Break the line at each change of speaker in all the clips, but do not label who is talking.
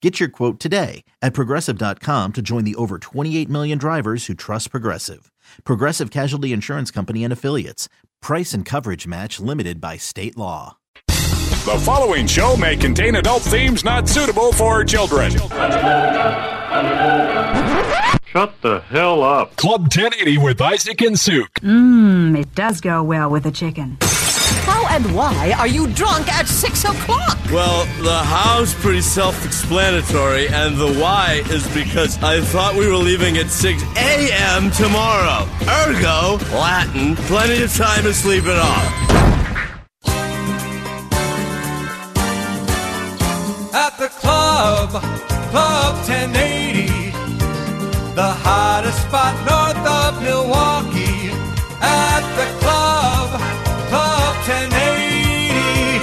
Get your quote today at progressive.com to join the over 28 million drivers who trust Progressive. Progressive Casualty Insurance Company and Affiliates. Price and coverage match limited by state law.
The following show may contain adult themes not suitable for children.
Shut the hell up.
Club 1080 with Isaac and Suk.
It does go well with a chicken.
How and why are you drunk at six o'clock?
Well, the how's pretty self-explanatory, and the why is because I thought we were leaving at 6 a.m. tomorrow. Ergo, Latin, plenty of time to sleep it off.
at the club, Club 1080, the hottest spot north of Milwaukee. At the club, Club 1080,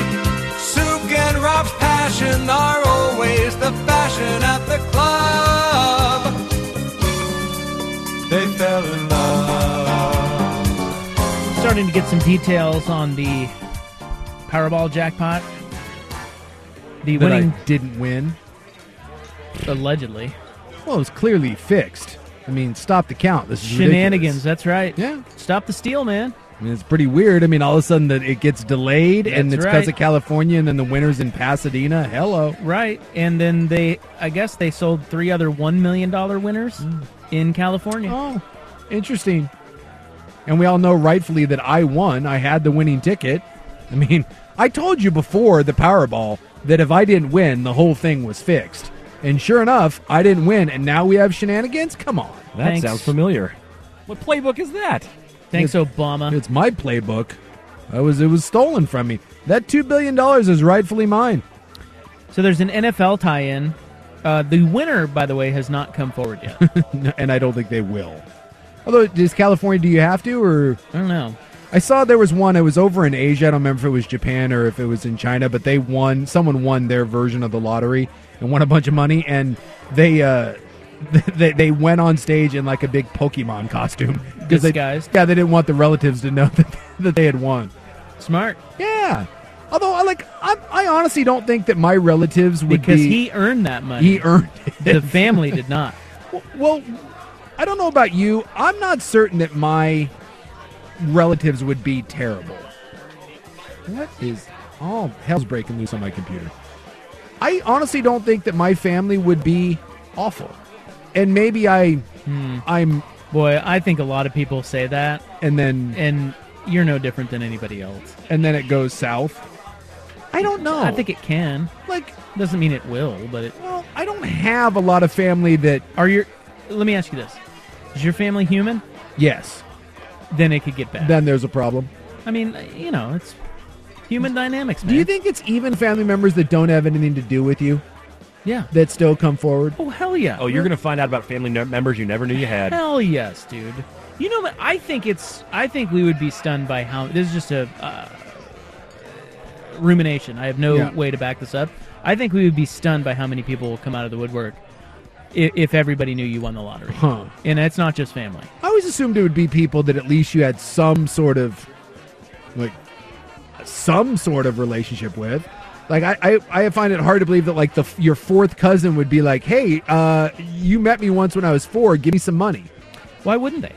Souk and Rob's passion are always the fashion at the club. They fell in love.
starting to get some details on the Powerball jackpot. The
that
winning,
I didn't win.
allegedly,
Well, it was clearly fixed. I mean, stop the count. This is
shenanigans.
ridiculous.
That's right.
Yeah.
Stop the steal, man.
I mean, it's pretty weird. I mean, all of a sudden that it gets delayed, and
That's
it's because
right.
of California, and then the winners in Pasadena. Hello,
Right. And then they, I guess they sold three other $1 million winners in California.
Mm. oh, interesting. And we all know rightfully that I won. I had the winning ticket. I mean, I told you before the Powerball that if I didn't win, the whole thing was fixed. And sure enough, I didn't win, and now we have shenanigans. Come on,
That
Thanks.
sounds familiar. What playbook is that?
Thanks, Obama.
It's my playbook. I was it was stolen from me. That two billion dollars is rightfully mine.
So there's an NFL tie in. Uh, the winner, by the way, has not come forward yet. I
and I don't think they will. Although, does California? Do you have to? Or
don't know.
I saw there was one. It was over in Asia. I don't remember if it was Japan or if it was in China. But they won. Someone won their version of the lottery and won a bunch of money. And they uh, they they went on stage in like a big Pokemon costume they
Disguised.
yeah they didn't want the relatives to know that, that they had won.
Smart.
Yeah. Although I like I, I honestly don't think that my relatives would
Because
be
he earned that money.
he earned it.
the family did not.
Well, I don't know about you. I'm not certain that my relatives would be terrible. What is all hell's breaking loose on my computer? I honestly don't think that my family would be awful. And maybe I I'm
Boy, I think a lot of people say that,
and then
and you're no different than anybody else.
and then it goes south. I don't know.
I think it can.
like
Doesn't mean it will, but it.
well, I don't have a lot of family that
Are your? Let me ask you this: Is your family human?
yes.
Then it could get bad.
Then there's a problem.
I mean, you know, it's human dynamics, man.
Do you think it's even family members that don't have anything to do with you
Yeah.
that still come forward?
Oh hell yeah!
Oh, you're going to find out about family ne- members you never knew you had.
Hell yes, dude. You know what? I think it's. I think we would be stunned by how. This is just a uh, rumination. I have no
Yeah.
way to back this up. I think we would be stunned by how many people will come out of the woodwork if, if everybody knew you won the lottery.
Huh.
And it's not just family.
I always assumed it would be people that at least you had some sort of like some sort of relationship with. Like I, I, I find it hard to believe that like the your fourth cousin would be like, hey, uh, you met me once when I was four. Give me some money.
Why wouldn't they?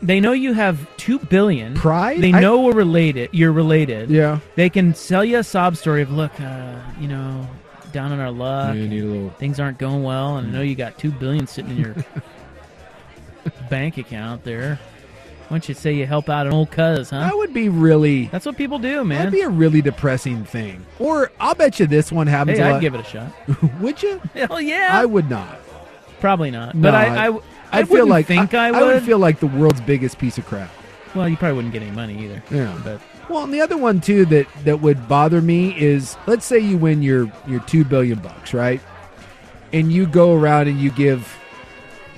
They know you have two billion.
Pride?
They
I-
know we're related. You're related.
Yeah.
They can sell you a sob story of look, uh, you know, down on our luck.
Yeah, you need a
and
little- Mm.
Things aren't going well, and I know you got two billion sitting in your bank account there. Why don't you say you help out an old cuz, huh?
That would be really.
That's what people do, man.
That'd be a really depressing thing. Or I'll bet you this one happens.
hey,
a
I'd
lot.
give it a shot.
would you?
Hell yeah.
I would not.
Probably not.
No,
but I, I, w- I
I'd feel
wouldn't
like
think I,
I would feel like the world's biggest piece of crap.
well, you probably wouldn't get any money either.
Yeah.
But
Well, and the other one too that that would bother me is let's say you win your your two billion bucks, right? And you go around and you give,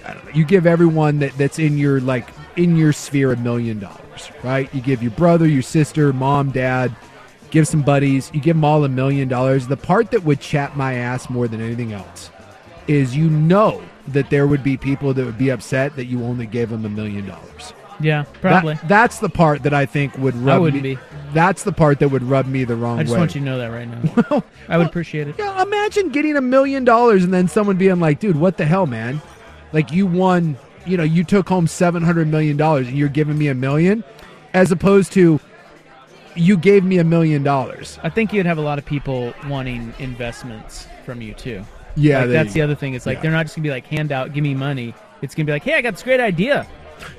I don't know, you give everyone that that's in your like in your sphere a million dollars, right? You give your brother, your sister, mom, dad, give some buddies, you give them all a million dollars. The part that would chap my ass more than anything else is you know that there would be people that would be upset that you only gave them a million dollars.
yeah,
That-
probably.
that's the part that I think would rub
wouldn't
me.
be.
That's the part that would rub me the wrong
I just
way.
want you to know that right now. I would appreciate it.
yeah, imagine getting a million dollars and then someone being like, "Dude, what the hell, man? Like you won, you know, you took home seven hundred million dollars and you're giving me a million, as opposed to you gave me a million dollars."
I think you'd have a lot of people wanting investments from you too.
Yeah,
Like,
there
that's
you
the
go.
other thing. It's like
Yeah.
they're not just gonna be like hand out, give me money. It's gonna be like, hey, I got this great idea.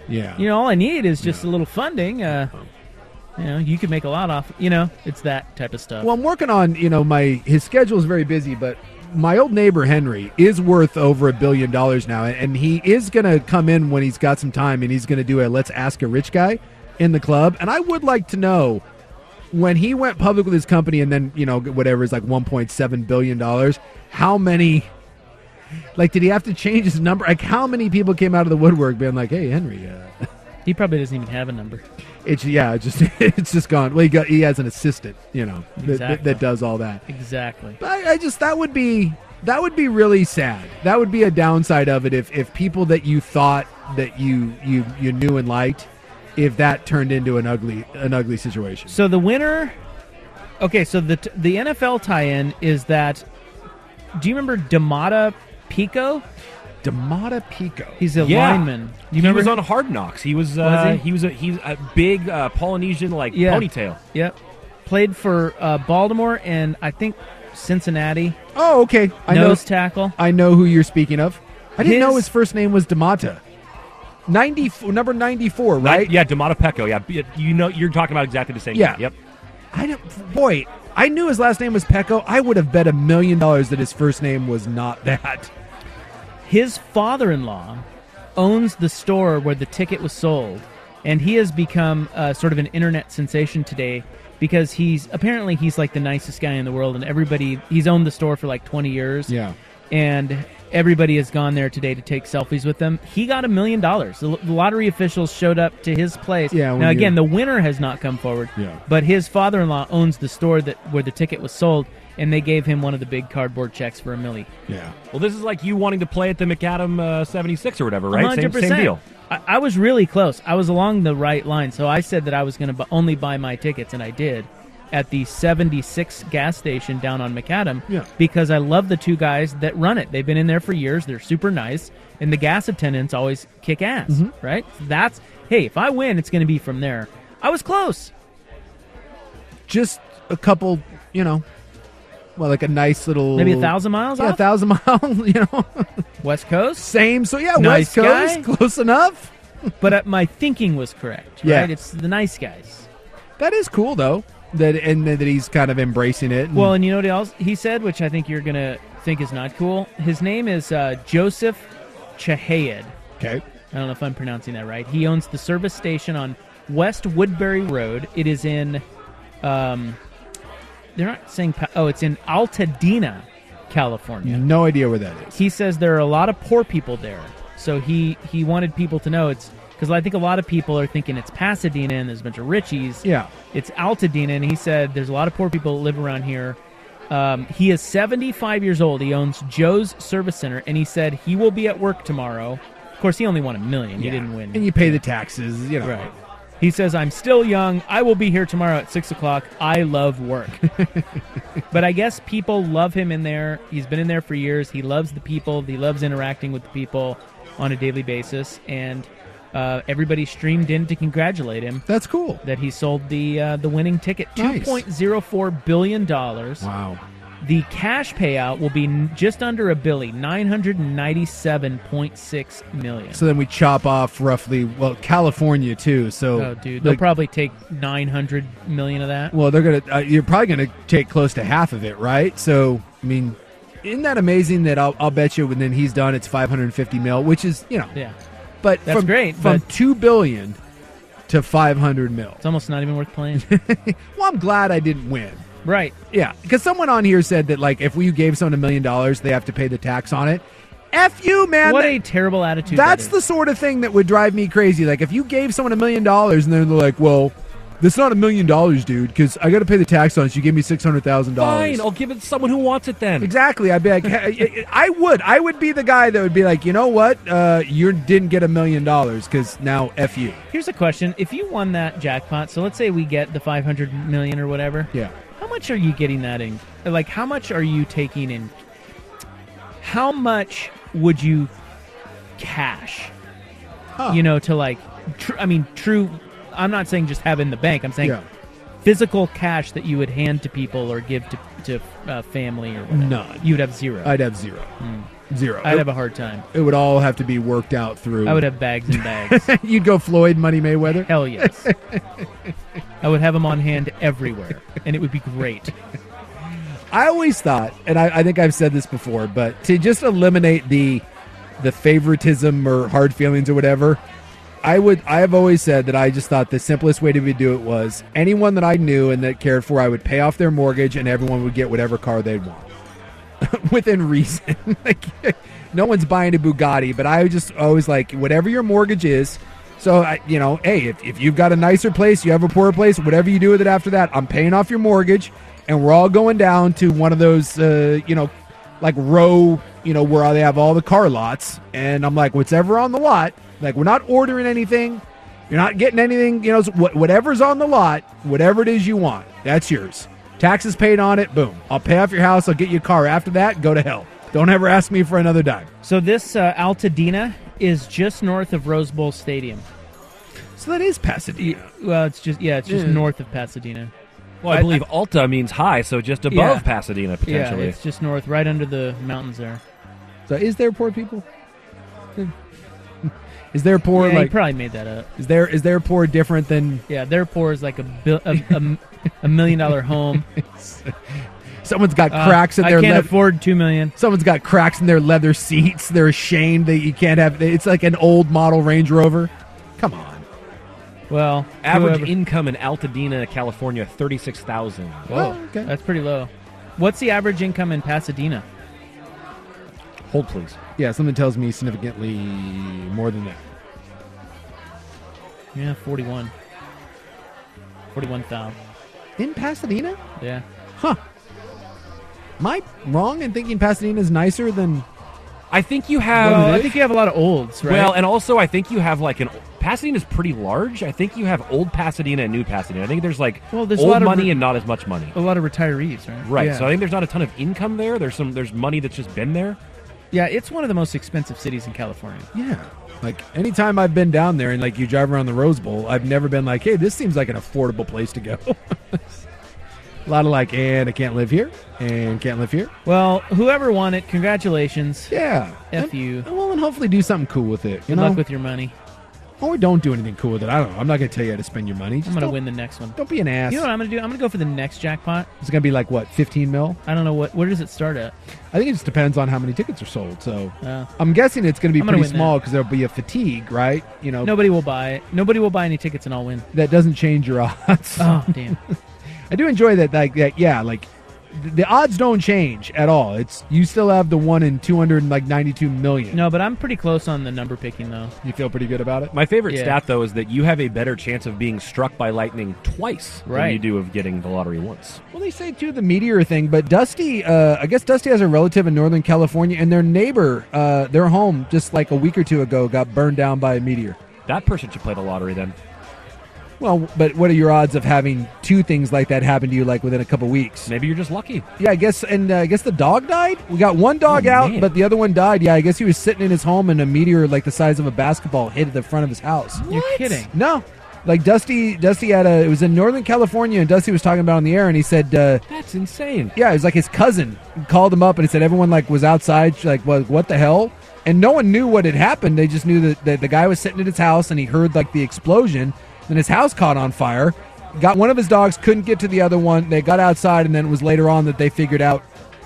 Yeah,
You know, all I need is just a little funding. Uh,
Uh-huh.
you know, you could make a lot off. You know, it's that type of stuff.
Well, I'm working on you know my his schedule is very busy, but my old neighbor Henry is worth over a billion dollars now, and- and he is going to come in when he's got some time, and he's going to do a let's ask a rich guy in the club, and I would like to know when he went public with his company, and then you know whatever is like 1.7 billion dollars, how many. Like, did he have to change his number? Like, how many people came out of the woodwork being like, "Hey, Henry, uh,
he probably doesn't even have a number.
it's yeah, it's just it's just gone." Well, he got he has an assistant, you know, that- that,
Exactly.
that does all that.
Exactly.
But I, I just that would be that would be really sad. That would be a downside of it if if people that you thought that you you you knew and liked, if that turned into an ugly an ugly situation.
So the winner. Okay, so the t- the NFL tie-in is that. Do you remember Damata Pico?
Damata Pico.
He's a
Yeah.
lineman. Do
He
you remember
was
him?
on Hard Knocks. He was, uh,
he?
he? was a he's a big uh, Polynesian like
Yeah.
ponytail.
Yep. Played for uh, Baltimore and I think Cincinnati.
Oh, okay. I know.
Nose tackle.
I know who you're speaking of. I didn't know
His-
his first name was Damata. Ninety four, number ninety four,
Ni-
right?
Yeah, D'Amato Pecco. Yeah, B- you know you're talking about exactly the same.
Yeah.
Guy. Yep.
I don't, boy, I knew his last name was Pecco. I would have bet a million dollars that his first name was not that.
His father in law owns the store where the ticket was sold, and he has become uh, sort of an internet sensation today because he's apparently he's like the nicest guy in the world, and everybody he's owned the store for like 20 years. and everybody has gone there today to take selfies with them. He got a million dollars. The lo- the lottery officials showed up to his place.
Yeah, when
now again,
you-
the winner has not come forward.
Yeah.
But his father-in-law owns the store that where the ticket was sold, and they gave him one of the big cardboard checks for a milli.
Yeah.
Well, this is like you wanting to play at the McAdam uh, 76 or whatever, right? Same, same
100%.
deal.
I, I was really close. I was along the right line, so I said that I was going to bu- only buy my tickets, and I did at the 76 gas station down on McAdam
Yeah.
because I love the two guys that run it. They've been in there for years. They're super nice, and the gas attendants always kick ass, right? That's hey, if I win, it's going to be from there. I was close.
just a couple, you know, well, like a nice little
Maybe a thousand miles
yeah, a
off?
thousand mile, you know,
West Coast,
same. So yeah, West
Nice
Coast,
guy.
close enough.
but uh, my thinking was correct.
Yeah.
Right? It's the nice guys.
That is cool though. That and that he's kind of embracing it. and-
Well, and you know what else he said, which I think you're gonna think is not cool. His name is uh, Joseph Chahayed.
okay,
I don't know if I'm pronouncing that right. He owns the service station on West Woodbury Road. It is in, um, they're not saying. Pa- Oh, it's in Altadena, California.
no idea where that is.
He says there are a lot of poor people there, so he he wanted people to know it's because I think a lot of people are thinking it's Pasadena and there's a bunch of richies
Yeah,
it's Altadena, and he said there's a lot of poor people that live around here. Um, he is 75 years old. He owns Joe's Service Center, and he said he will be at work tomorrow. Of course, he only won a million. He
Yeah.
didn't win.
and you pay the taxes, you know.
right. He says, I'm still young. I will be here tomorrow at 6 o'clock. I love work. but I guess people love him in there. He's been in there for years. He loves the people. He loves interacting with the people on a daily basis. And uh, everybody streamed in to congratulate him
That's cool.
that he sold the uh, the winning ticket
Nice.
$2.04 billion.
Wow.
The cash payout will be n- just under a billy, 997.6 million.
So then we chop off roughly, well, California too. So,
oh, dude, they'll
like,
probably take 900 million of that.
well, they're gonna. Uh, you're probably gonna take close to half of it, right? So, I mean, isn't that amazing? That I'll, I'll bet you when then he's done, it's 550 mil, which is you know,
Yeah.
but
That's
from,
great,
From
but-
two billion to 500 mil.
It's almost not even worth playing.
Well, I'm glad I didn't win.
right.
Yeah, because someone on here said that like if we gave someone a million dollars, they have to pay the tax on it. F you, man.
what
That-
a terrible attitude.
That's
that
the
is.
sort of thing that would drive me crazy. Like if you gave someone a million dollars and then they're like, "Well, that's not a million dollars, dude, because I got to pay the tax on it. You gave me six hundred thousand dollars."
Fine,
oh.
I'll give it to someone who wants it then.
Exactly. I'd be like, I- I I would. I would be the guy that would be like, you know what? Uh, you didn't get a million dollars because now f you.
Here's a question: If you won that jackpot, so let's say we get the 500 million or whatever,
Yeah.
how much are you getting that in? Like, how much are you taking in? How much would you cash? You know, to like, tr- I mean, true. I'm not saying just have in the bank. I'm saying
Yeah.
physical cash that you would hand to people or give to to uh, family or whatever.
None.
You would have zero.
I'd have zero. Zero.
Hmm. I'd
it,
have a hard time.
it would all have to be worked out through.
I would have bags and bags.
You'd go Floyd Money Mayweather.
Hell yes. I would have them on hand everywhere, and it would be great.
I always thought, and I, I think I've said this before, but to just eliminate the the favoritism or hard feelings or whatever, I would I have always said that I just thought the simplest way to do it was anyone that I knew and that cared for, I would pay off their mortgage and everyone would get whatever car they'd want. Within reason. like no one's buying a Bugatti, but I was just always like whatever your mortgage is. So I, you know, hey, if, if you've got a nicer place, you have a poorer place, whatever you do with it after that, I'm paying off your mortgage, and we're all going down to one of those, uh, you know, like row, you know, where they have all the car lots, and I'm like, whatever on the lot, like we're not ordering anything, you're not getting anything, you know, so wh- whatever's on the lot, whatever it is you want, that's yours. Taxes paid on it, boom. I'll pay off your house, I'll get you a car. After that, go to hell. Don't ever ask me for another dime.
So this uh, Altadena is just north of Rose Bowl Stadium.
So that is Pasadena.
Well, it's just yeah, it's just
Hmm.
north of Pasadena.
Well, I believe Alta means high, so just above
Yeah.
Pasadena
Yeah,
potentially.
it's just north, right under the mountains there.
So is there poor people? is there poor
yeah, he
like
probably made that up.
is there is there poor different than
Yeah, their poor is like a bil- a, a, a million dollar home.
someone's got
Uh,
cracks in
I
their
can't
leather
afford two million.
someone's got cracks in their leather seats. They're ashamed that you can't have it's like an old model Range Rover. Come on.
Well,
Average
whoever-
income in Altadena, California, thirty-six thousand.
Well, okay.
that's pretty low. What's the average income in Pasadena?
Hold please.
Yeah, something tells me significantly more than that.
Yeah, forty-one. Forty-one thousand.
In Pasadena?
Yeah.
Huh. Am I wrong in thinking Pasadena is nicer than
I think you have.
What it
I
is?
think you have a lot of olds, right?
Oh, Well, and also I think you have like an Pasadena's pretty large. I think you have old Pasadena and new Pasadena. I think there's like
Well, there's a
old
lot of
money
re-
and not as much money.
a lot of retirees, right?
Right.
Yeah.
So I think there's not a ton of income there. There's some there's money that's just been there.
Yeah, it's one of the most expensive cities in California.
Yeah. Like anytime I've been down there and like you drive around the Rose Bowl, I've never been like, hey, this seems like an affordable place to go. A lot of like, and I can't live here, and can't live here.
Well, whoever won it, congratulations.
Yeah.
F
And- uh,
you.
Well, and hopefully do something cool with it. You
Good
know,
luck with your money.
or don't do anything cool with it. I don't know. I'm not gonna tell you how to spend your money. Just
I'm gonna
don't-
win the next one.
Don't be an ass.
You know what I'm gonna do? I'm gonna go for the next jackpot.
it's gonna be like what, 15 mil?
I don't know what. Where does it start at?
I think it just depends on how many tickets are sold. So
Uh,
I'm guessing it's gonna be
I'm gonna
pretty
win that.
small because there'll be a fatigue, right? You know,
nobody will buy it. Nobody will buy any tickets, and I'll win.
that doesn't change your odds.
Oh damn!
I do enjoy that. Like that, yeah. Like th- the odds don't change at all. It's you still have the one in two hundred like ninety two million.
No, but I'm pretty close on the number picking though.
you feel pretty good about it.
My favorite
Yeah.
stat though is that you have a better chance of being struck by lightning twice than
Right.
you do of getting the lottery once.
Well, they say too the meteor thing, but Dusty, uh, I guess Dusty has a relative in Northern California, and their neighbor, uh, their home, just like a week or two ago, got burned down by a meteor.
That person should play the lottery then.
Well, but what are your odds of having two things like that happen to you like within a couple weeks?
Maybe you're just lucky.
Yeah, I guess. And uh, I guess the dog died. We got one dog
Oh,
out,
man.
but the other one died. Yeah, I guess he was sitting in his home and a meteor like the size of a basketball hit the front of his house.
You're kidding.
No. Like Dusty, Dusty had a. It was in Northern California, and Dusty was talking about it on the air, and he said, uh,
That's insane.
"Yeah, it was like his cousin called him up, and he said everyone like was outside, like what, what the hell?" And no one knew what had happened. They just knew that, that the guy was sitting at his house, and he heard like the explosion, and his house caught on fire. Got one of his dogs, couldn't get to the other one. They got outside, and then it was later on that they figured out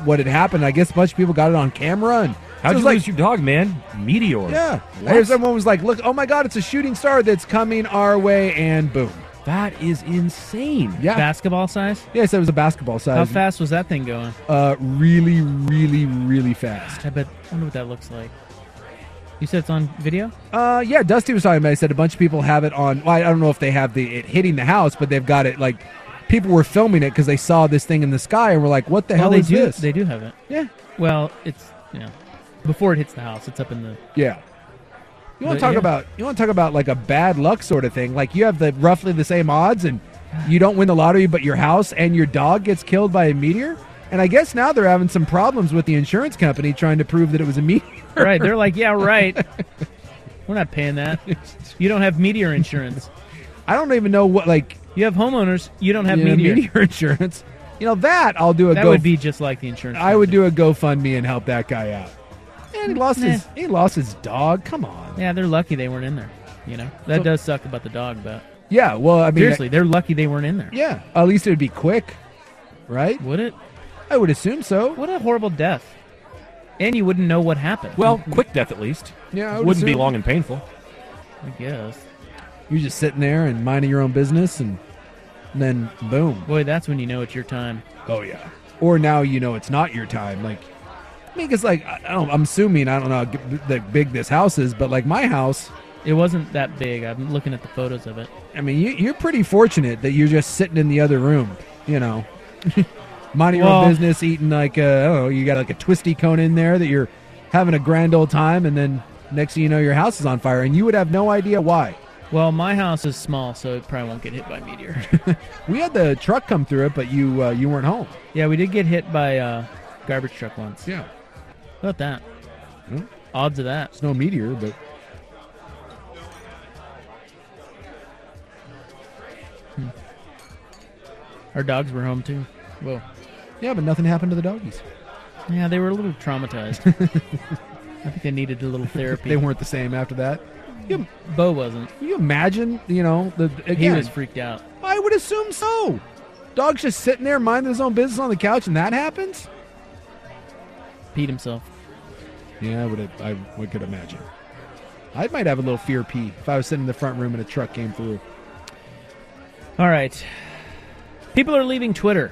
what had happened. I guess a bunch of people got it on camera, and
How'd
so it was
you
like,
lose your dog, man? Meteor.
yeah.
What?
Or someone was like, look, oh my God, it's a shooting star that's coming our way, and boom.
That is insane.
Yeah.
Basketball size?
yeah, so it was a basketball size.
How fast was that thing going?
Uh, really, really, really fast.
I bet. I wonder what that looks like. You said it's on video.
Uh, yeah, Dusty was talking about. it. He said a bunch of people have it on. Well, I don't know if they have the it hitting the house, but they've got it like people were filming it because they saw this thing in the sky and were like, "What the hell
they
is
do.
this?"
They do have it.
yeah,
Well, it's you know, before it hits the house, it's up in the.
yeah. You want to
But,
talk
yeah.
about you want to talk about like a bad luck sort of thing? Like you have the roughly the same odds, and you don't win the lottery, but your house and your dog gets killed by a meteor. And I guess now they're having some problems with the insurance company trying to prove that it was a meteor.
Right. They're like, yeah, right. We're not paying that. You don't have meteor insurance.
I don't even know what like
You have homeowners. You don't have
Yeah,
meteor.
insurance. You know that I'll do a
That
go.
would be just like the insurance.
I would
company.
do a GoFundMe and help that guy out. And he lost his he lost his dog. Come on.
Yeah, they're lucky they weren't in there. You know, that does suck about the dog, but
Yeah. Well, I mean,
seriously, they're lucky they weren't in there.
yeah. At least it would be quick, right?
Would it?
I would assume so.
What a horrible death. And you wouldn't know what happened.
Well, quick death at least.
Yeah, I would
Wouldn't be
assume.
long and painful.
I guess.
You're just sitting there and minding your own business, and, and then boom.
Boy, that's when you know it's your time.
Oh yeah. Or now you know it's not your time. Like, I mean, 'cause, like I I don't. I'm assuming I don't know how g- that big this house is, but like my house,
It wasn't that big. I'm looking at the photos of it.
I mean, you, you're pretty fortunate that you're just sitting in the other room, you know, minding your
Well-
own business, eating like a, I don't know, you got like a twisty cone in there that you're having a grand old time, and then next thing you know, your house is on fire, and you would have no idea why.
Well, my house is small, so it probably won't get hit by meteor.
We had the truck come through it, but you uh, you weren't home.
yeah, we did get hit by uh, garbage truck once.
Yeah,
How about that?
Hmm?
Odds of that.
it's no meteor, but
Our dogs were home too. Whoa.
yeah, but nothing happened to the doggies.
Yeah, they were a little traumatized. I think they needed a little therapy.
They weren't the same after that. You,
Bo wasn't.
can you imagine, you know, the
He
again,
was freaked out.
I would assume so. Dog's just sitting there minding his own business on the couch, and that happens.
Peed himself.
Yeah, I would. I, I could imagine. I might have a little fear pee if I was sitting in the front room and a truck came through.
All right. People are leaving Twitter.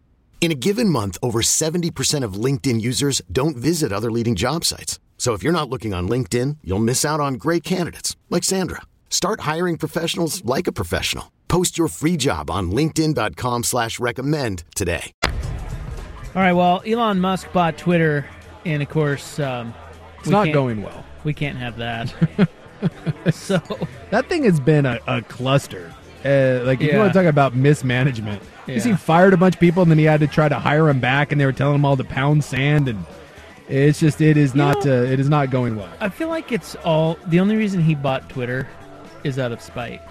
In a given month, over 70% of LinkedIn users don't visit other leading job sites. So if you're not looking on LinkedIn, you'll miss out on great candidates like Sandra. Start hiring professionals like a professional. Post your free job on linkedin.com/recommend slash recommend today.
All right, well, Elon Musk bought Twitter, and of course, um,
It's
we
not
can't-
going well.
We can't have that. so
that thing has been a, a cluster. Uh, like, if you
Yeah.
want to talk about mismanagement,
Yeah.
because he fired a bunch of people and then he had to try to hire them back, and they were telling him all to pound sand, and it's just it is not uh, it is not going well.
I feel like it's all the only reason he bought Twitter is out of spite.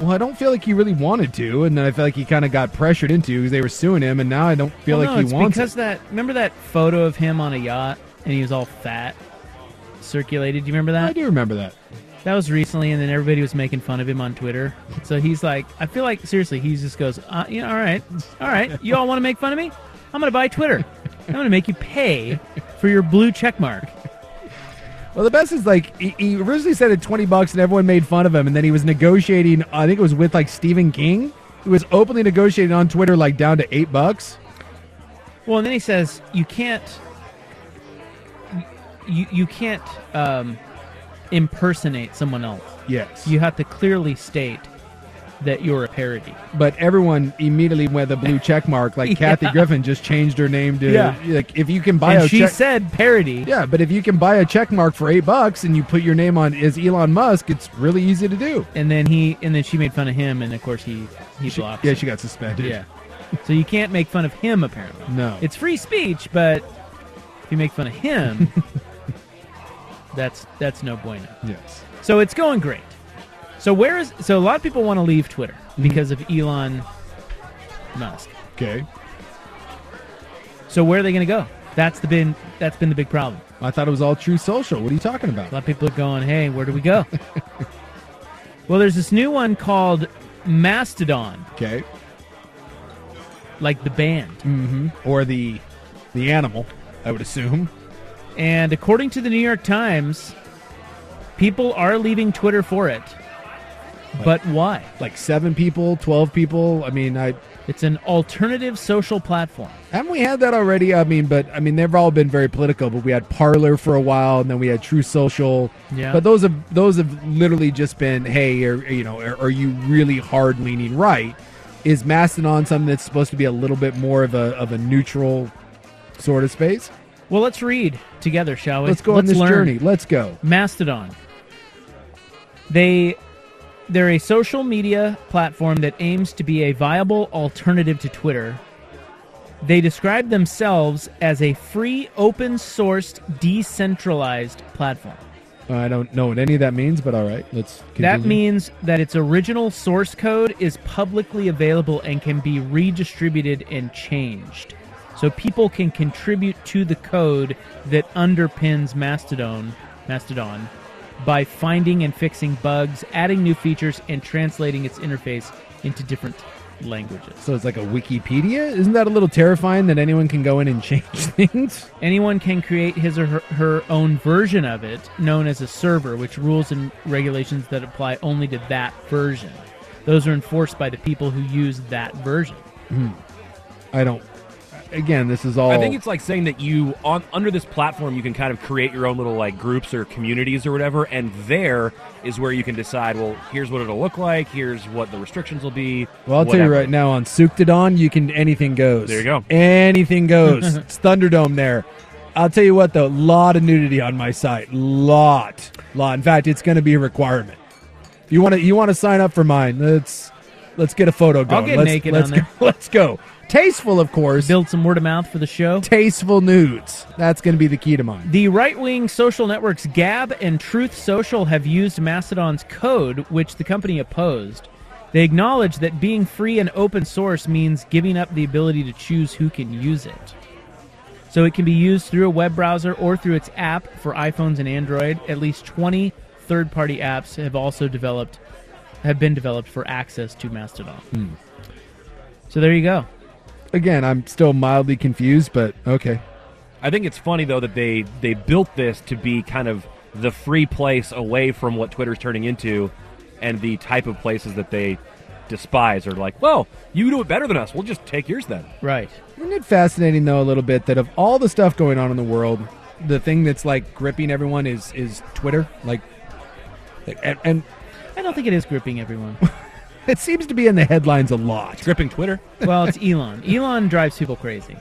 Well, I don't feel like he really wanted to, and then I feel like he kind of got pressured into because they were suing him, and now I don't feel
Well,
like
no,
he
it's
wants
because
it.
that remember that photo of him on a yacht and he was all fat circulated. Do you remember that? I
do remember that.
That was recently, and then everybody was making fun of him on Twitter. So he's like, I feel like seriously, he just goes, uh, you know, all right, all right, you all want to make fun of me? I'm gonna buy Twitter. I'm gonna make you pay for your blue check mark.
Well, the best is like he, he originally said it twenty bucks, and everyone made fun of him, and then he was negotiating. I think it was with like Stephen King. He was openly negotiating on Twitter, like down to eight bucks.
Well, and then he says you can't, you you can't um, impersonate someone else.
Yes.
you have to clearly state that you're a parody.
But everyone immediately went the blue check mark. Like Kathy
Yeah.
Griffin just changed her name to
Yeah.
like if you can buy
And
a
she
check-
said parody.
Yeah, but if you can buy a check mark for eight bucks and you put your name on is Elon Musk, it's really easy to do.
And then he and then she made fun of him, and of course he he
She-
blocked.
yeah, she got suspended.
Yeah, so you can't make fun of him apparently.
No.
it's free speech, but if you make fun of him, that's that's no bueno.
Yes.
So it's going great. So where is so a lot of people want to leave Twitter because of Elon Musk.
Okay.
So where are they going to go? That's the been that's been the big problem.
I thought it was all True Social. What are you talking about?
A lot of people are going, "Hey, where do we go?" well, there's this new one called Mastodon.
Okay.
Like the band.
Mm-hmm. Or the the animal, I would assume.
And according to the New York Times, people are leaving Twitter for it. But why?
Like seven people, twelve people. I mean, I.
It's an alternative social platform.
Haven't we had that already? I mean, but I mean, they've all been very political. But we had Parlor for a while, and then we had True Social.
Yeah.
But those have those have literally just been, hey, are you know, are, are you really hard leaning right? Is Mastodon something that's supposed to be a little bit more of a of a neutral sort of space?
Well, let's read together, shall we?
Let's go on this
learn.
journey. Let's go.
Mastodon. They they're a social media platform that aims to be a viable alternative to Twitter. They describe themselves as a free, open sourced, decentralized platform.
Uh, I don't know what any of that means, but all right, let's. Continue.
That means that its original source code is publicly available and can be redistributed and changed. So people can contribute to the code that underpins Mastodon, Mastodon by finding and fixing bugs, adding new features, and translating its interface into different languages.
So it's like a Wikipedia. Isn't that a little terrifying that anyone can go in and change things?
Anyone can create his or her, her own version of it, known as a server, which rules and regulations that apply only to that version. Those are enforced by the people who use that version.
Hmm. I don't. Again, this is all.
I think it's like saying that you on under this platform you can kind of create your own little like groups or communities or whatever, and there is where you can decide. Well, here's what it'll look like. Here's what the restrictions will be.
well, I'll tell you
whatever.
right now on Suktadon, you can anything goes.
There you go.
Anything goes. it's Thunderdome there. I'll tell you what though, lot of nudity on my site. Lot, lot. In fact, it's going to be a requirement. If you want to, you want to sign up for mine. Let's let's get a photo going.
I'll get
let's,
naked
let's
on there.
Go, let's go. Tasteful, of course.
Build some word of mouth for the show.
Tasteful nudes. That's going to be the key to mine.
The right wing social networks Gab and Truth Social have used Mastodon's code, which the company opposed. They acknowledge that being free and open source means giving up the ability to choose who can use it. So it can be used through a web browser or through its app for iPhones and Android. At least 20 third party apps have also developed, have been developed for access to Mastodon.
Hmm.
So there you go.
Again, I'm still mildly confused, but okay.
I think it's funny though that they they built this to be kind of the free place away from what Twitter's turning into, and the type of places that they despise are like, well, you do it better than us. We'll just take yours then.
Right.
Isn't it fascinating though a little bit that of all the stuff going on in the world, the thing that's like gripping everyone is is Twitter. Like, like, and, and
I don't think it is gripping everyone.
it seems to be in the headlines a lot.
Gripping Twitter.
well, it's Elon. Elon drives people crazy.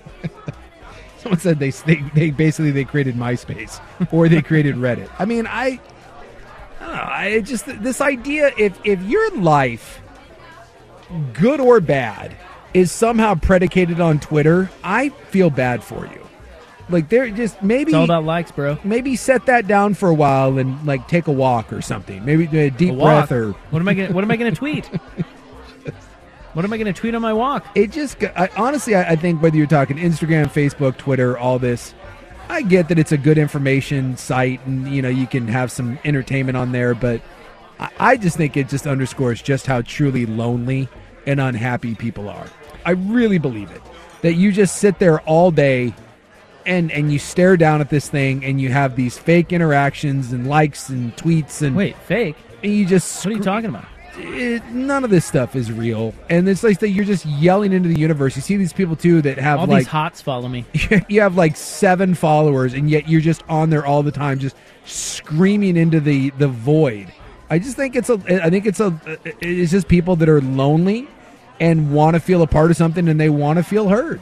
Someone said they, they they basically they created MySpace or they created Reddit. I mean, I I, don't know, I just this idea if if your life, good or bad, is somehow predicated on Twitter, I feel bad for you. Like they're just maybe
It's all about likes, bro.
Maybe set that down for a while and like take a walk or something. Maybe do a deep
A walk.
breath or
what am I gonna What am I gonna tweet? what am I gonna tweet on my walk?
It just I, honestly, I, I think whether you're talking Instagram, Facebook, Twitter, all this, I get that it's a good information site, and you know you can have some entertainment on there. But I, I just think it just underscores just how truly lonely and unhappy people are. I really believe it that you just sit there all day and and you stare down at this thing and you have these fake interactions and likes and tweets and
wait fake
and you just
what are you talking about
it, none of this stuff is real and it's like that you're just yelling into the universe you see these people too that have
All
like
these hots follow me.
you have like seven followers and yet you're just on there all the time just screaming into the the void i just think it's a i think it's a it's just people that are lonely and want to feel a part of something and they want to feel heard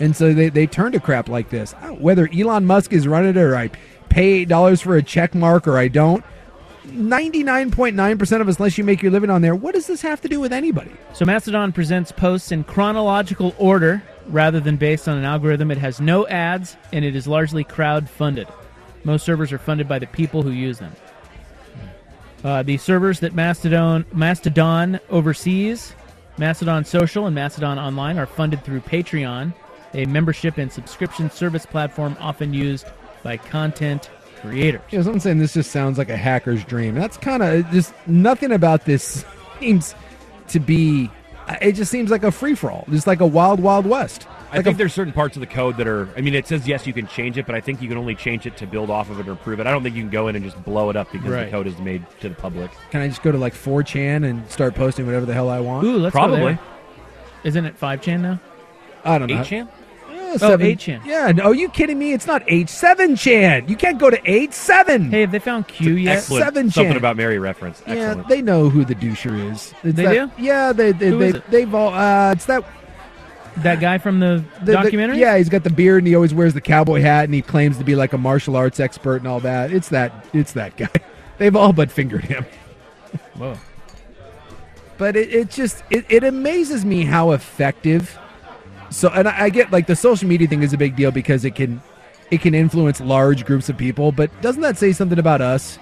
and so they, they turn to crap like this whether elon musk is running it or i pay eight dollars for a check mark or i don't 99.9% of us unless you make your living on there what does this have to do with anybody
So Mastodon presents posts in chronological order rather than based on an algorithm. It has no ads and it is largely crowd funded. Most servers are funded by the people who use them. Uh, the servers that Mastodon Mastodon oversees, Mastodon Social and Mastodon Online, are funded through Patreon, a membership and subscription service platform often used by content creators.
Yeah, so I'm saying this just sounds like a hacker's dream. That's kind of just nothing about this seems to be. It just seems like a free for all, just like a wild, wild west.
I think there's certain parts of the code that are. I mean, it says yes, you can change it, but I think you can only change it to build off of it or improve it. I don't think you can go in and just blow it up because
Right.
the code is made to the public.
Can I just go to like 4chan and start posting whatever the hell I want?
Ooh, let's go
probably.
there. Isn't it five chan now?
I don't know.
8chan?
Yeah,
Oh,
seven-
8chan.
Yeah. No, are you kidding me? It's not H seven chan. You can't go to eight seven. Hey,
have they found Q yet?
Excellent.
Seven
Something
chan.
about Mary reference.
Yeah,
Excellent.
they know who the doucher is. It's
They
that-
do?
Yeah, they they
Who
they,
is it?
they've all. Uh, it's that
That guy from the,
The- the-
documentary?
yeah, he's got the beard and he always wears the cowboy hat and he claims to be like a martial arts expert and all that. It's that it's that guy. They've all but fingered him.
Whoa.
But it, it just it, it amazes me how effective so and I, I get like the social media thing is a big deal because it can it can influence large groups of people, but doesn't that say something about us?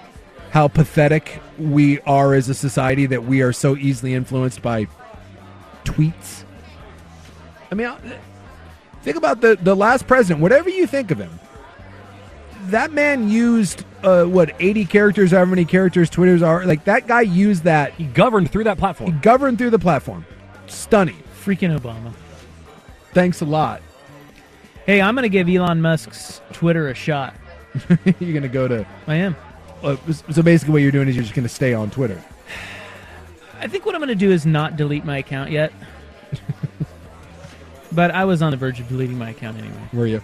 How pathetic we are as a society that we are so easily influenced by tweets? I mean, I- think about the the last president. Whatever you think of him, that man used uh, what eighty characters, however many characters Twitter's are. Like that guy used that. He
governed through that platform.
He governed through the platform. Stunning.
Freaking Obama.
Thanks a lot.
Hey, I'm going to give Elon Musk's Twitter a shot.
You're gonna go to.
I am.
Uh, so basically, what you're doing is you're just gonna stay on Twitter.
I think what I'm going to do is not delete my account yet. but I was on the verge of deleting my account anyway.
Were you?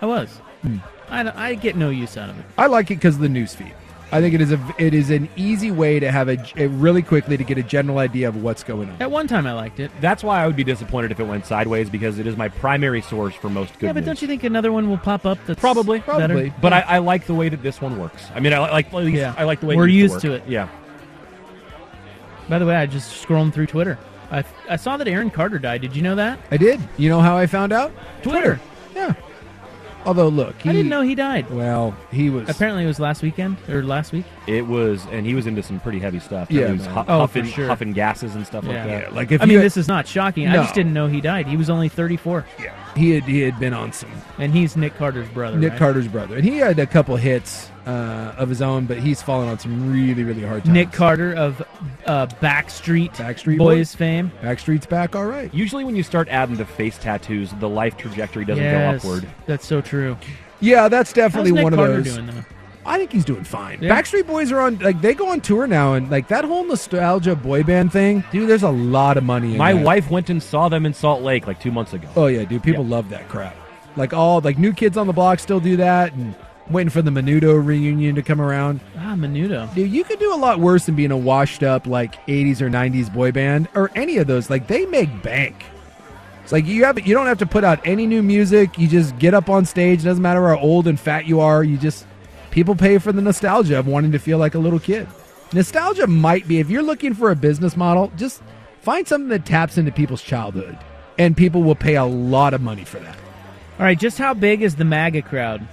I was.
Hmm.
I, don't- I get no use out of it.
I like it because of the newsfeed. I think it is a it is an easy way to have a, a really quickly to get a general idea of what's going on.
At one time, I liked it.
That's why I would be disappointed if it went sideways because it is my primary source for most good
yeah, but
news.
don't you think another one will pop up that's
Probably,
better?
But I, I like the way that this one works. I mean, I like, at least
Yeah.
I like the way it
We're
used
used to
work.
it.
Yeah,
By the way, I just scrolling through Twitter. I, I saw that Aaron Carter died. Did you know that?
I did. You know how I found out?
Twitter.
Yeah. Although, look,
I
he-
didn't know he died.
Well, he was
Apparently, it was last weekend or last week.
it was, and he was into some pretty heavy stuff.
Yeah,
he was
man.
hu-
Oh, for
huffing,
sure.
huffing gases and stuff like
Yeah.
that.
Yeah, like, if I you mean, had- this is not shocking. I just didn't know he died. He was only 34.
Yeah. He had he had been on some.
And he's Nick Carter's brother.
Nick
right?
Carter's brother, and he had a couple hits uh, of his own, but he's fallen on some really really hard times.
Nick Carter of uh, Backstreet,
Backstreet
Boys
Boys.
fame.
Backstreet's back, all right.
Usually, when you start adding the face tattoos, the life trajectory doesn't
Yes,
go upward.
That's so true.
Yeah, that's definitely
How's Nick
one of
Carter
those.
doing, though?
I think he's doing fine.
Yeah.
Backstreet Boys are on like they go on tour now, and like that whole nostalgia boy band thing, dude. There's a lot of money. in
My
that.
wife went and saw them in Salt Lake like two months ago.
Oh yeah, dude. People love that crap. Like all like new kids on the block still do that, and waiting for the Menudo reunion to come around.
Ah, Menudo.
Dude, you could do a lot worse than being a washed up like '80s or '90s boy band or any of those. Like they make bank. It's like you have you don't have to put out any new music. You just get up on stage. Doesn't matter how old and fat you are. You just people pay for the nostalgia of wanting to feel like a little kid. Nostalgia might be if you're looking for a business model, just find something that taps into people's childhood, and people will pay a lot of money for that.
All right, just how big is the MAGA crowd,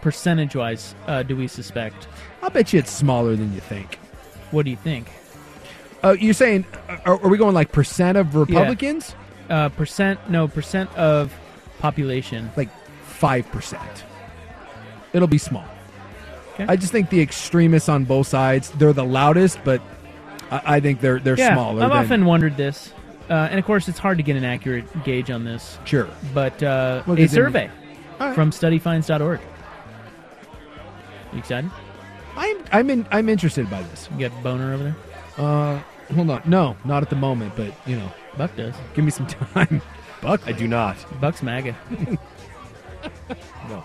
percentage wise? Uh, do we suspect?
I'll bet you it's smaller than you think.
What do you think?
Uh, you're saying, are, are we going like percent of Republicans?
Yeah. Uh, percent? No, percent of population.
Like five percent. It'll be small. I just think the extremists on both sides, they're the loudest, but I, I think they're they're
yeah,
smaller.
I've
than-
often wondered this, uh, and of course, it's hard to get an accurate gauge on this.
Sure.
but uh,
Well,
a
good to
survey
All right.
from StudyFinds.org. You excited?
I'm I'm in, I'm interested by this.
You got boner over there?
Uh, hold on. No, not at the moment, but you know,
Buck does.
give me some time. Buck,
I do not.
Buck's MAGA.
no.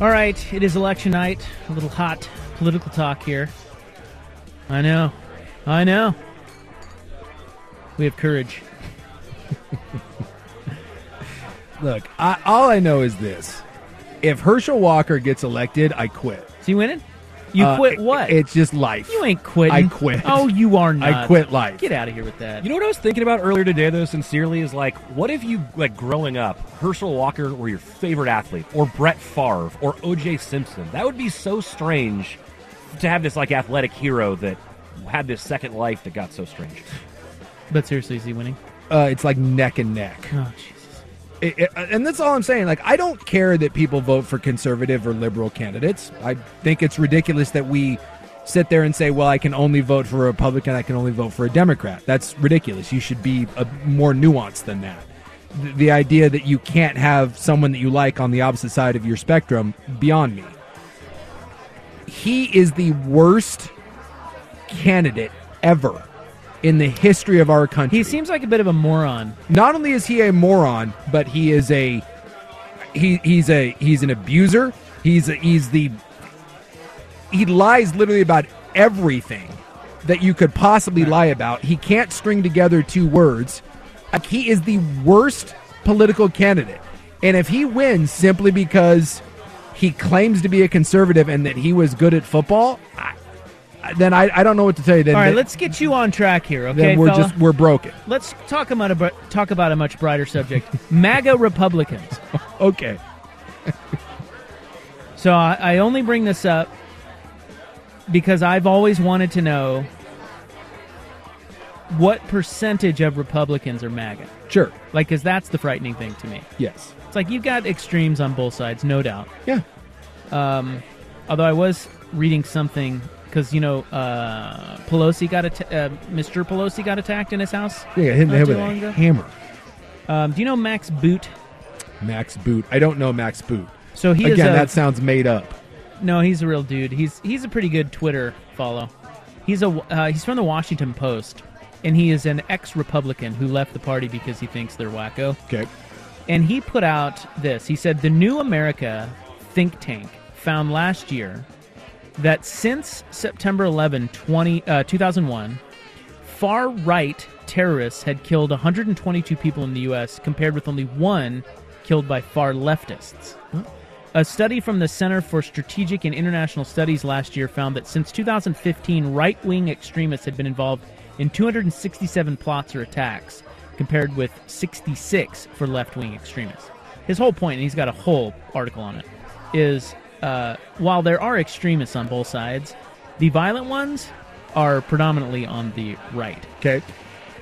All right, it is election night. A little hot political talk here. I know. I know. We have courage.
Look, I, all I know is this: if Herschel Walker gets elected, I quit.
So you winning? You
Uh,
quit what?
It's just life.
You ain't quitting.
I quit.
Oh, you are not.
I quit life.
Get out of here with that.
You know what I was thinking about earlier today, though, sincerely, is like, what if you, like, growing up, Herschel Walker were your favorite athlete, or Brett Favre, or O.J. Simpson? That would be so strange to have this, like, athletic hero that had this second life that got so strange.
But seriously, is he winning?
Uh, it's like neck and neck.
Oh,
It- it- uh, and that's all I'm saying. Like, I don't care that people vote for conservative or liberal candidates. I think it's ridiculous that we sit there and say, well, I can only vote for a Republican, I can only vote for a Democrat. That's ridiculous. You should be a, more nuanced than that. The, the idea that you can't have someone that you like on the opposite side of your spectrum, beyond me. He is the worst candidate ever in the history of our country. He
seems like a bit of a moron.
Not only is he a moron, but he is a he he's a he's an abuser. He's a, he's the he lies literally about everything that you could possibly lie about. He can't string together two words. Like he is the worst political candidate. And if he wins simply because he claims to be a conservative and that he was good at football, I, then I, I don't know what to tell you. Then
All right,
then-
let's get you on track here, okay,
then we're
fella?
just we're broken.
Let's talk about a br- talk about a much brighter subject: MAGA Republicans.
Okay.
so I, I only bring this up because I've always wanted to know what percentage of Republicans are MAGA.
Sure.
Like, because that's the frightening thing to me.
Yes.
It's like you've got extremes on both sides, no doubt.
Yeah.
Um, although I was reading something because you know uh, Pelosi got atta- uh, Mr. Pelosi got attacked in his house.
Yeah, hit in the
not
head
too
with
long ago.
a hammer.
Um, do you know Max Boot?
Max Boot. I don't know Max Boot.
So he is
again,
a-
that sounds made up.
No, he's a real dude. He's he's a pretty good Twitter follow. He's a uh, he's from the Washington Post, and he is an ex-Republican who left the party because he thinks they're wacko.
Okay.
And he put out this. He said the New America think tank found last year that since September 11, 20, uh, 2001, far right terrorists had killed 122 people in the U.S., compared with only one killed by far leftists. A study from the Center for Strategic and International Studies last year found that since 2015, right wing extremists had been involved in 267 plots or attacks, compared with 66 for left wing extremists. His whole point, and he's got a whole article on it, is uh, while there are extremists on both sides, the violent ones are predominantly on the right.
Okay.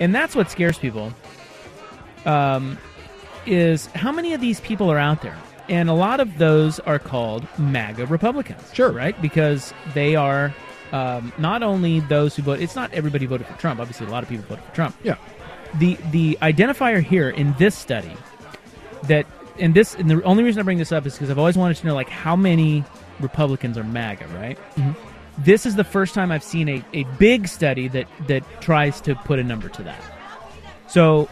And that's what scares people. Um, is how many of these people are out there? And a lot of those are called MAGA Republicans. Sure. Right? Because they are um, not only those who vote, it's not everybody voted for Trump. Obviously, a lot of people voted for Trump.
Yeah.
The, the identifier here in this study that, and this, and the only reason I bring this up is because I've always wanted to know, like, how many Republicans are MAGA, right?
Mm-hmm.
This is the first time I've seen a, a big study that, that tries to put a number to that. So,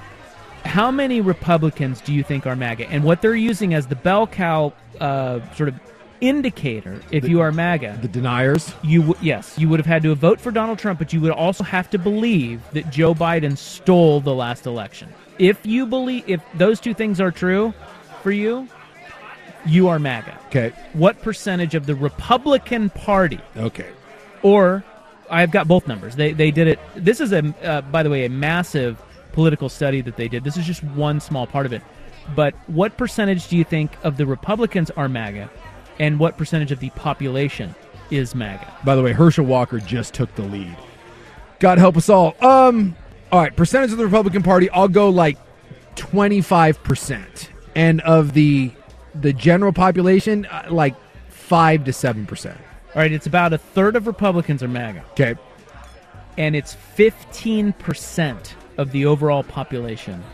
how many Republicans do you think are MAGA? And what they're using as the bell cow uh, sort of indicator, if you are MAGA,
the deniers.
You w- yes, you would have had to vote for Donald Trump, but you would also have to believe that Joe Biden stole the last election. If you believe, if those two things are true for you, you are MAGA.
Okay.
What percentage of the Republican Party?
Okay.
Or I've got both numbers. They they did it. This is a uh, by the way a massive political study that they did. This is just one small part of it. But what percentage do you think of the Republicans are MAGA, and what percentage of the population is MAGA?
By the way, Herschel Walker just took the lead. God help us all. Um, all right, percentage of the Republican Party, I'll go like twenty five percent, and of the the general population, uh, like five to seven percent.
All right, it's about a third of Republicans are MAGA.
Okay,
and it's fifteen percent of the overall population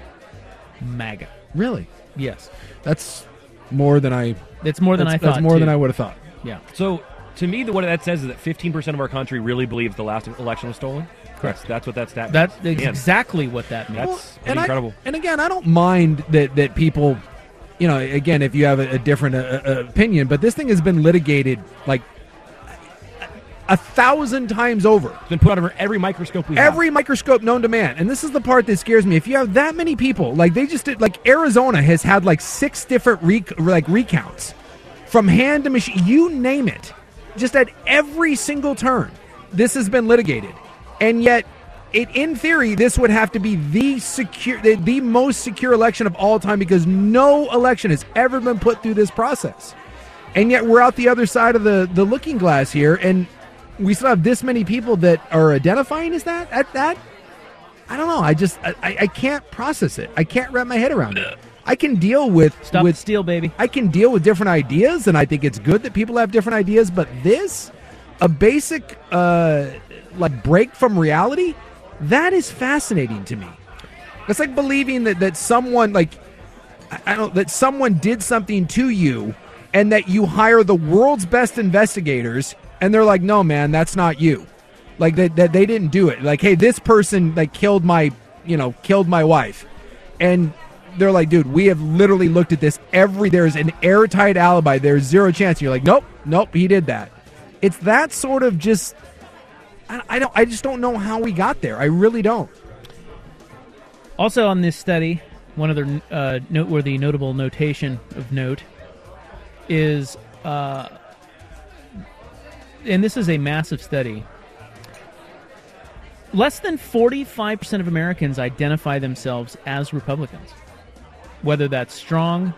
MAGA.
Really?
Yes.
That's more than I.
That's more than
that's-
I thought.
That's more than
too.
I would have thought.
Yeah.
So to me, the, what that says is that 15% of our country really believes the last election was stolen.
Correct.
That's, that's what that stat
That's
means. Man,
exactly what that means.
That's pretty
and I-
incredible.
and again, I don't mind that that people, you know, again, if you have a, a different uh, uh, opinion, but this thing has been litigated like a, a thousand times over.
It's been put under every microscope we have.
Every microscope known to man, and this is the part that scares me. If you have that many people, like they just did, like Arizona has had like six different rec- like recounts from hand to machine, you name it, just at every single turn. This has been litigated, and yet, it in theory, this would have to be the secure, the, the most secure election of all time because no election has ever been put through this process, and yet we're out the other side of the the looking glass here, and we still have this many people that are identifying as that at that i don't know i just I, I I can't process it i can't wrap my head around it i can deal with
Stop
with
the steal, baby.
i can deal with different ideas and i think it's good that people have different ideas but this a basic uh like break from reality that is fascinating to me it's like believing that that someone like I- I don't that someone did something to you and that you hire the world's best investigators and they're like, "No, man, that's not you." Like that that they didn't do it. Like, "Hey, this person like killed my, you know, killed my wife." And they're like, "Dude, we have literally looked at this every there's an airtight alibi. There's zero chance." You're like, "Nope, nope, he did that." It's that sort of just I, I don't I just don't know how we got there. I really don't.
Also, on this study, one other uh, noteworthy, notable notation of note is, uh, and this is a massive study. Less than forty-five percent of Americans identify themselves as Republicans, whether that's strong,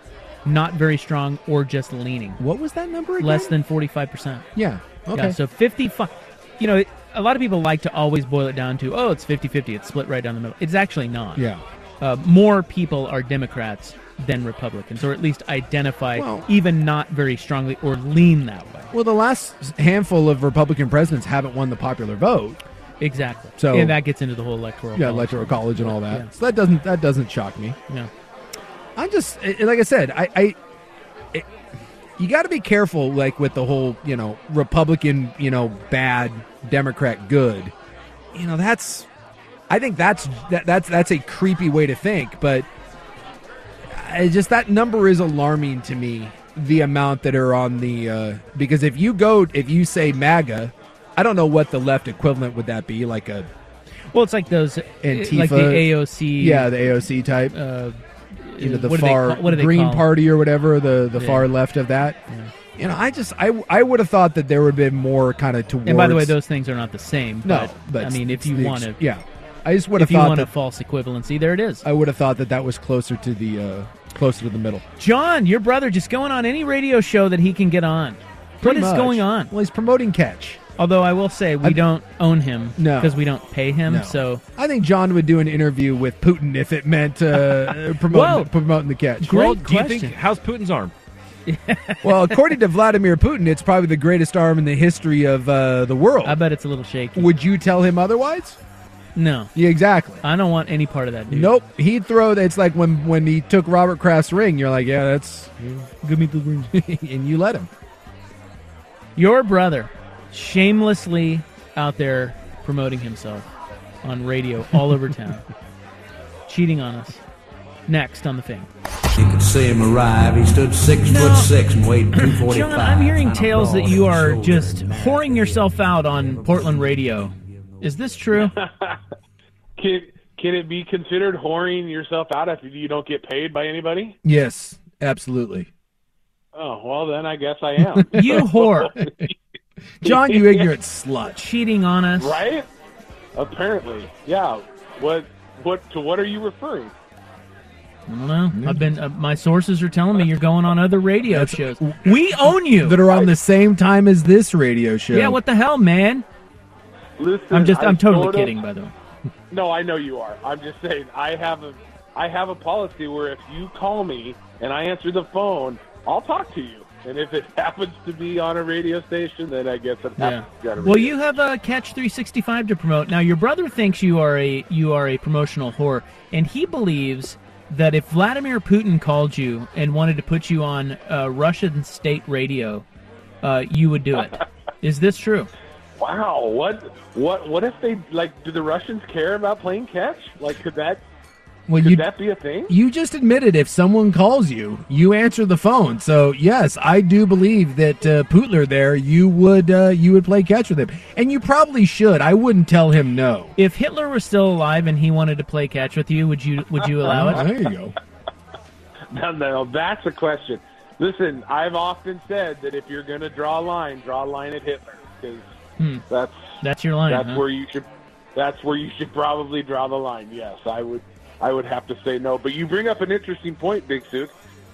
not very strong, or just leaning.
What was that number
Less than forty-five percent.
Yeah. Okay.
Yeah, so 55. You know, it, a lot of people like to always boil it down to, oh, it's 50 50. It's split right down the middle. It's actually not.
Yeah.
Uh, more people are Democrats than Republicans, or at least identify
Well-
even not very strongly or lean that way.
Well, the last handful of Republican presidents haven't won the popular vote.
Exactly.
So-
and that gets into the whole electoral.
yeah,
college
electoral
thing.
college and all that.
Uh-huh. Yeah.
So that doesn't that doesn't shock me.
Yeah.
I'm just i- like I said, I, I it, you got to be careful, like with the whole you know Republican, you know, bad Democrat good. You know, that's I think that's that, that's that's a creepy way to think, but I just that number is alarming to me. The amount that are on the uh, because if you go if you say MAGA, I don't know what the left equivalent would that be like a
well, it's like those uh,
Antifa,
like the AOC.
yeah, the AOC type,
uh,
you know, the
what do they
far
call- what do they
Green
call 'em?
Party or whatever, the the
Yeah.
far left of that. You know, I just I I would have thought that there would have been more kind of towards.
And by the way, those things are not the same.
No,
but,
but
I mean, if
it's
you
the
want to,
ex- yeah. I just would have
if you
thought
want a
that-
false equivalency, there it is.
I would have thought that that was closer to the uh, closer to the middle.
John, your brother, just going on any radio show that he can get on. What
Pretty
is
much.
going on?
Well, he's promoting Catch.
Although I will say we
I-
don't own him,
No.
because we don't pay him.
No.
So
I think John would do an interview with Putin if it meant uh,
Whoa.
promoting, promoting the catch.
Well, do you think how's Putin's arm?
well, according to Vladimir Putin, it's probably the greatest arm in the history of uh, the world. I
bet it's a little shaky.
Would you tell him otherwise?
no,
Yeah, exactly.
I don't want any part of that. Dude.
Nope. He'd throw. It's like when when he took Robert Kraft's ring. You're like, yeah, that's
give me the ring,
and you let him.
Your brother, shamelessly out there promoting himself on radio all over town, cheating on us. Next on the fame.
You could see him arrive. He stood six
Now-
foot six and weighed 245.
John, I'm hearing
Kind of
tales that
broad
you
and
are
short.
just whoring yourself out on Portland radio. Is this true?
Can can it be considered whoring yourself out if you don't get paid by anybody?
Yes, absolutely.
Oh well, then I guess I am.
you whore.
John, you ignorant slut.
Cheating on us.
right? Apparently, yeah. What what to what are you referring?
I don't know. I've been. Uh, my sources are telling me you're going on other radio shows. We own you.
That are on the same time as this radio show.
Yeah. What the hell, man?
Listen,
I'm just.
I
I'm totally
sort of-
kidding, by the way.
No, I know you are. I'm just saying I have a I have a policy where if you call me and I answer the phone, I'll talk to you. And if it happens to be on a radio station, then I guess it
Yeah.
happens to be on a radio
Well, you have a Catch 365 to promote. Now, your brother thinks you are a you are a promotional whore, and he believes that if Vladimir Putin called you and wanted to put you on uh, Russian state radio, uh, you would do it. Is this true?
Wow, what what what if they like do the Russians care about playing catch? Like could that
Well,
could
you-
that be a thing?
You just admitted if someone calls you, you answer the phone. So yes, I do believe that uh, Putler there, you would uh, you would play catch with him, and you probably should. I wouldn't tell him no.
If Hitler was still alive and he wanted to play catch with you, would you would you allow it?
There you go.
No, no, that's a question. Listen, I've often said that if you're going to draw a line, draw a line at Hitler because
Hmm.
that's
That's your line.
that's
huh?
where you should that's where you should probably draw the line. Yes, I would I would have to say no. But you bring up an interesting point, Big Suit.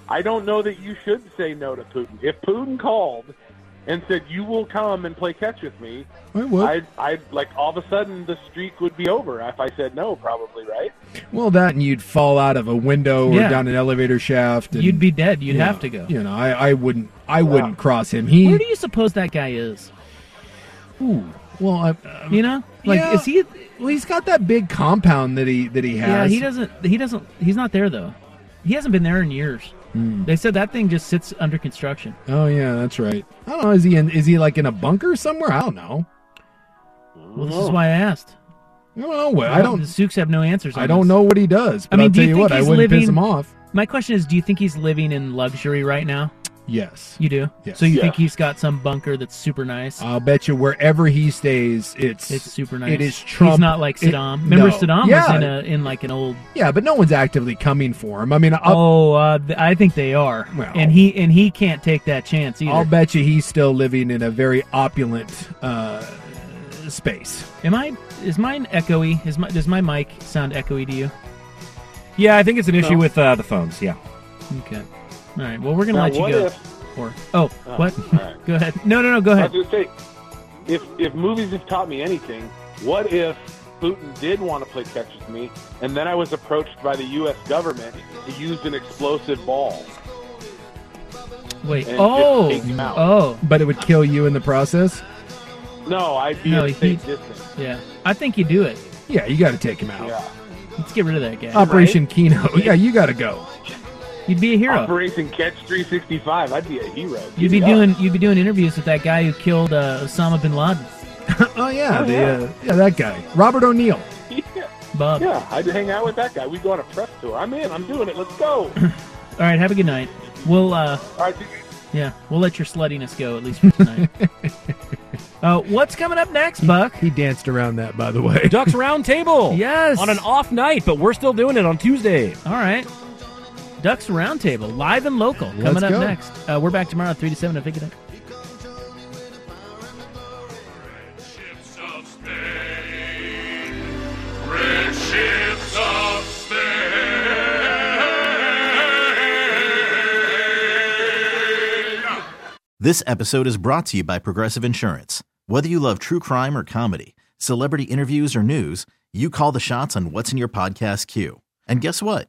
I don't know that you should say no to Putin. If Putin called and said you will come and play catch with me,
I would.
I'd, I'd like all of a sudden the streak would be over if I said no, probably right.
Well, that and you'd fall out of a window or
Yeah.
down an elevator shaft. And,
You'd be dead. You'd
you
have
know,
to go.
You know, I, I wouldn't. I wouldn't cross him. He.
Where do you suppose that guy is?
Ooh, well, I,
you know, like
Yeah.
is he?
Well, he's got that big compound that he that he has.
Yeah, he doesn't. He doesn't. He's not there though. He hasn't been there in years.
Hmm.
They said that thing just sits under construction.
Oh yeah, that's right. I don't know. Is he in? Is he like in a bunker somewhere? I don't know.
Well, this is why I asked.
Oh well, I don't.
The Zooks have no answers. on
I don't
this.
know what he does. But
I mean,
will
do
tell
you
you,
think
what, I
he's
wouldn't
living?
piss him off.
My question is, do you think he's living in luxury right now?
Yes,
You do.
Yes.
So you
Yeah.
think he's got some bunker that's super nice?
I'll bet you wherever he stays, it's
it's super nice.
It is Trump.
He's not like
It-
Saddam. Remember,
no.
Saddam
yeah.
was in a in like an old.
yeah, but no one's actively coming for him. I mean, I'll,
Oh, uh, th- I think they are, and he and he can't take that chance either.
I'll bet you he's still living in a very opulent uh, space.
Am I? Is mine echoey? Is my does my mic sound echoey to you?
Yeah, I think it's an issue
No.
with uh, the phones. Yeah.
Okay. All right. Well, we're gonna
Now,
let you
what
go.
if-
or oh,
Oh,
what?
all right.
Go ahead. No, no, no. Go
I
ahead.
was going to say, if if movies have taught me anything, what if Putin did want to play catch with me, and then I was approached by the U.S. government to use an explosive ball?
Wait.
and
Oh.
just take him out.
Oh.
But it would kill you in the process.
No, I'd be
No,
at a
he-
safe distance.
Yeah. I think you do it.
Yeah, you got to take him out.
Yeah.
Let's get rid of that guy.
Operation Kino. Yeah, you got to go.
You'd be a hero.
Operation Catch 365. I'd be a hero.
you'd be doing. You'd be doing interviews with that guy who killed uh, Osama bin Laden.
oh yeah,
Oh,
the,
yeah.
Uh, yeah, that guy, Robert O'Neill.
Bub.
Yeah, I'd hang out with that guy. We go on a press tour. I'm in. I'm doing it. Let's go.
All right, have a good night. We'll uh,
All right,
yeah, we'll let your sluttiness go at least for tonight. uh, what's coming up next, Buck?
He danced around that, by the way.
Ducks
Oh,
Roundtable.
yes.
On an off night, but we're still doing it on Tuesday.
All right. Ducks Roundtable, live and local, coming
Let's
up
go.
next. Uh, we're back tomorrow, 3 to 7 at Big Duck.
Ships of
This episode is brought to you by Progressive Insurance. Whether you love true crime or comedy, celebrity interviews or news, you call the shots on what's in your podcast queue. And guess what?